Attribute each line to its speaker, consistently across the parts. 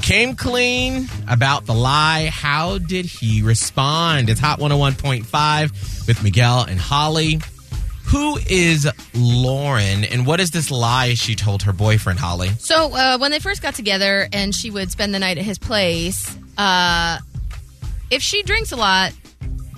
Speaker 1: came clean about the lie. How did he respond? It's Hot 101.5 with Miguel and Holly. Who is Lauren and what is this lie she told her boyfriend, Holly?
Speaker 2: So uh, when they first got together and she would spend the night at his place, uh, if she drinks a lot,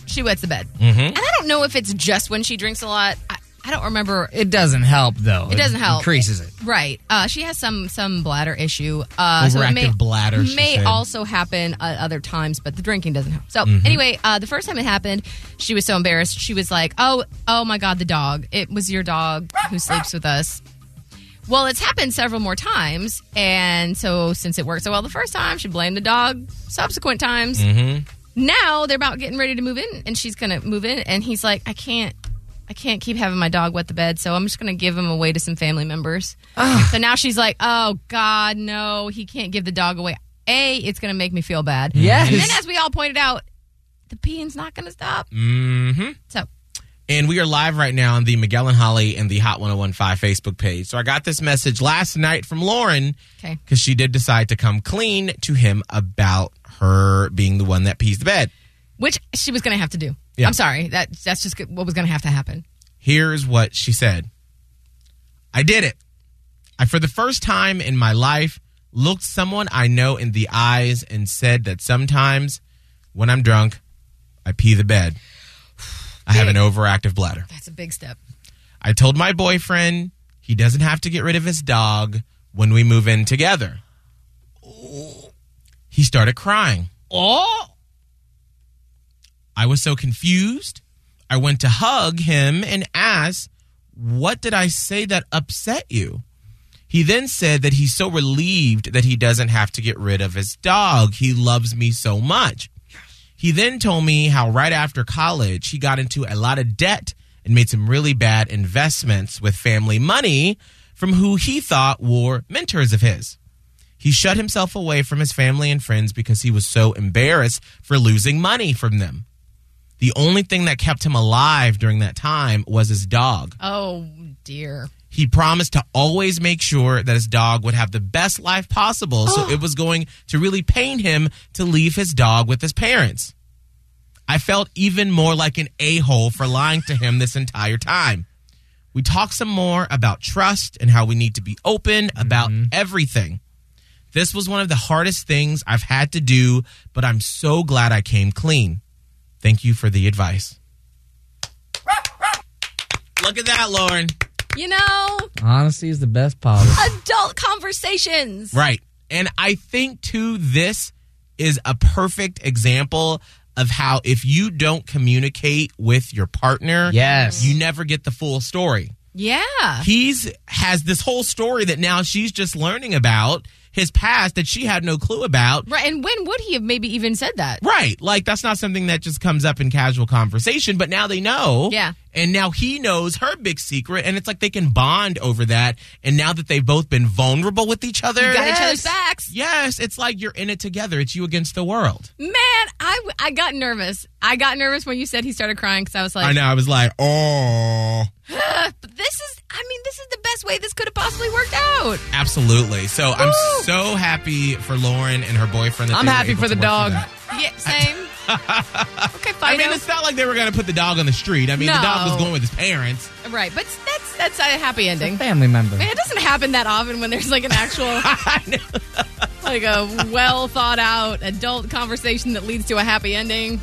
Speaker 2: she wets the bed. Mm-hmm. And I don't know if it's just when she drinks a lot. I, I don't remember.
Speaker 3: It doesn't help though.
Speaker 2: It doesn't help.
Speaker 3: Increases it.
Speaker 2: Right. Uh, she has some some bladder issue. Uh, it may,
Speaker 1: Overactive bladder, she
Speaker 2: may
Speaker 1: said. Mm-hmm.
Speaker 2: also happen at other times, but the drinking doesn't help. So anyway, uh, the first time it happened, she was so embarrassed. She was like, "Oh, oh my God, the dog! It was your dog who sleeps with us." Well, it's happened several more times, and so since it worked so well the first time, she blamed the dog. Subsequent times, now they're about getting ready to move in, and she's gonna move in, and he's like, "I can't." I can't keep having my dog wet the bed, so I'm just going to give him away to some family members. So now she's like, oh, God, no, he can't give the dog away. A, it's going to make me feel bad.
Speaker 1: Mm-hmm.
Speaker 3: Yes.
Speaker 2: And then, as we all pointed out, the peeing's not going to stop.
Speaker 1: Mm-hmm.
Speaker 2: So,
Speaker 1: And we are live right now on the Miguel and Holly and the Hot 1015 Facebook page. So I got this message last night from Lauren
Speaker 2: Okay.
Speaker 1: because she did decide to come clean to him about her being the one that pees the bed.
Speaker 2: which she was going to have to do.
Speaker 1: Yeah.
Speaker 2: I'm sorry. That That's just what was going to have to happen.
Speaker 1: Here's what she said I did it. I, for the first time in my life, looked someone I know in the eyes and said that sometimes when I'm drunk, I pee the bed. I have an overactive bladder.
Speaker 2: That's a big step.
Speaker 1: I told my boyfriend he doesn't have to get rid of his dog when we move in together. He started crying.
Speaker 3: Oh.
Speaker 1: I was so confused. I went to hug him and asked, What did I say that upset you? He then said that he's so relieved that he doesn't have to get rid of his dog. He loves me so much. He then told me how right after college he got into a lot of debt and made some really bad investments with family money from who he thought were mentors of his. He shut himself away from his family and friends because he was so embarrassed for losing money from them. The only thing that kept him alive during that time was his dog.
Speaker 2: Oh, dear.
Speaker 1: He promised to always make sure that his dog would have the best life possible, so it was going to really pain him to leave his dog with his parents. I felt even more like an a hole for lying to him this entire time. We talked some more about trust and how we need to be open about everything. This was one of the hardest things I've had to do, but I'm so glad I came clean. Thank you for the advice. Look at that, Lauren.
Speaker 2: You know,
Speaker 3: Honesty is the best policy.
Speaker 2: adult conversations.
Speaker 1: Right. And I think, too, this is a perfect example of how if you don't communicate with your partner,
Speaker 3: Yes.
Speaker 1: you never get the full story.
Speaker 2: Yeah.
Speaker 1: He's has this whole story that now she's just learning about his past that she had no clue about.
Speaker 2: Right. And when would he have maybe even said that?
Speaker 1: Right. Like that's not something that just comes up in casual conversation, but now they know.
Speaker 2: Yeah.
Speaker 1: And now he knows her big secret and it's like they can bond over that and now that they've both been vulnerable with each other.
Speaker 2: Got each
Speaker 1: Yes.
Speaker 2: other's backs.
Speaker 1: Yes, it's like you're in it together. It's you against the world.
Speaker 2: Man, I, w- I got nervous. I got nervous when you said he started crying because I was like,
Speaker 1: I know. I was like, oh,
Speaker 2: But this is, I mean, this is the best way this could have possibly worked out.
Speaker 1: absolutely. So I'm
Speaker 2: Woo!
Speaker 1: so happy for Lauren and her boyfriend. That
Speaker 3: I'm
Speaker 1: they were
Speaker 3: happy
Speaker 1: able
Speaker 3: for
Speaker 1: to
Speaker 3: the
Speaker 1: work
Speaker 3: dog.
Speaker 1: that.
Speaker 2: Yeah, same. okay, fine.
Speaker 1: I mean, it's not like they were going to put the dog on the street. I mean, the dog
Speaker 2: No.
Speaker 1: was going with his parents.
Speaker 2: right, but that's that's a happy ending. Man,
Speaker 3: Family member.
Speaker 2: it doesn't happen that often when there's like an actual,
Speaker 1: I know.
Speaker 2: like a well thought out adult conversation that leads to a happy ending.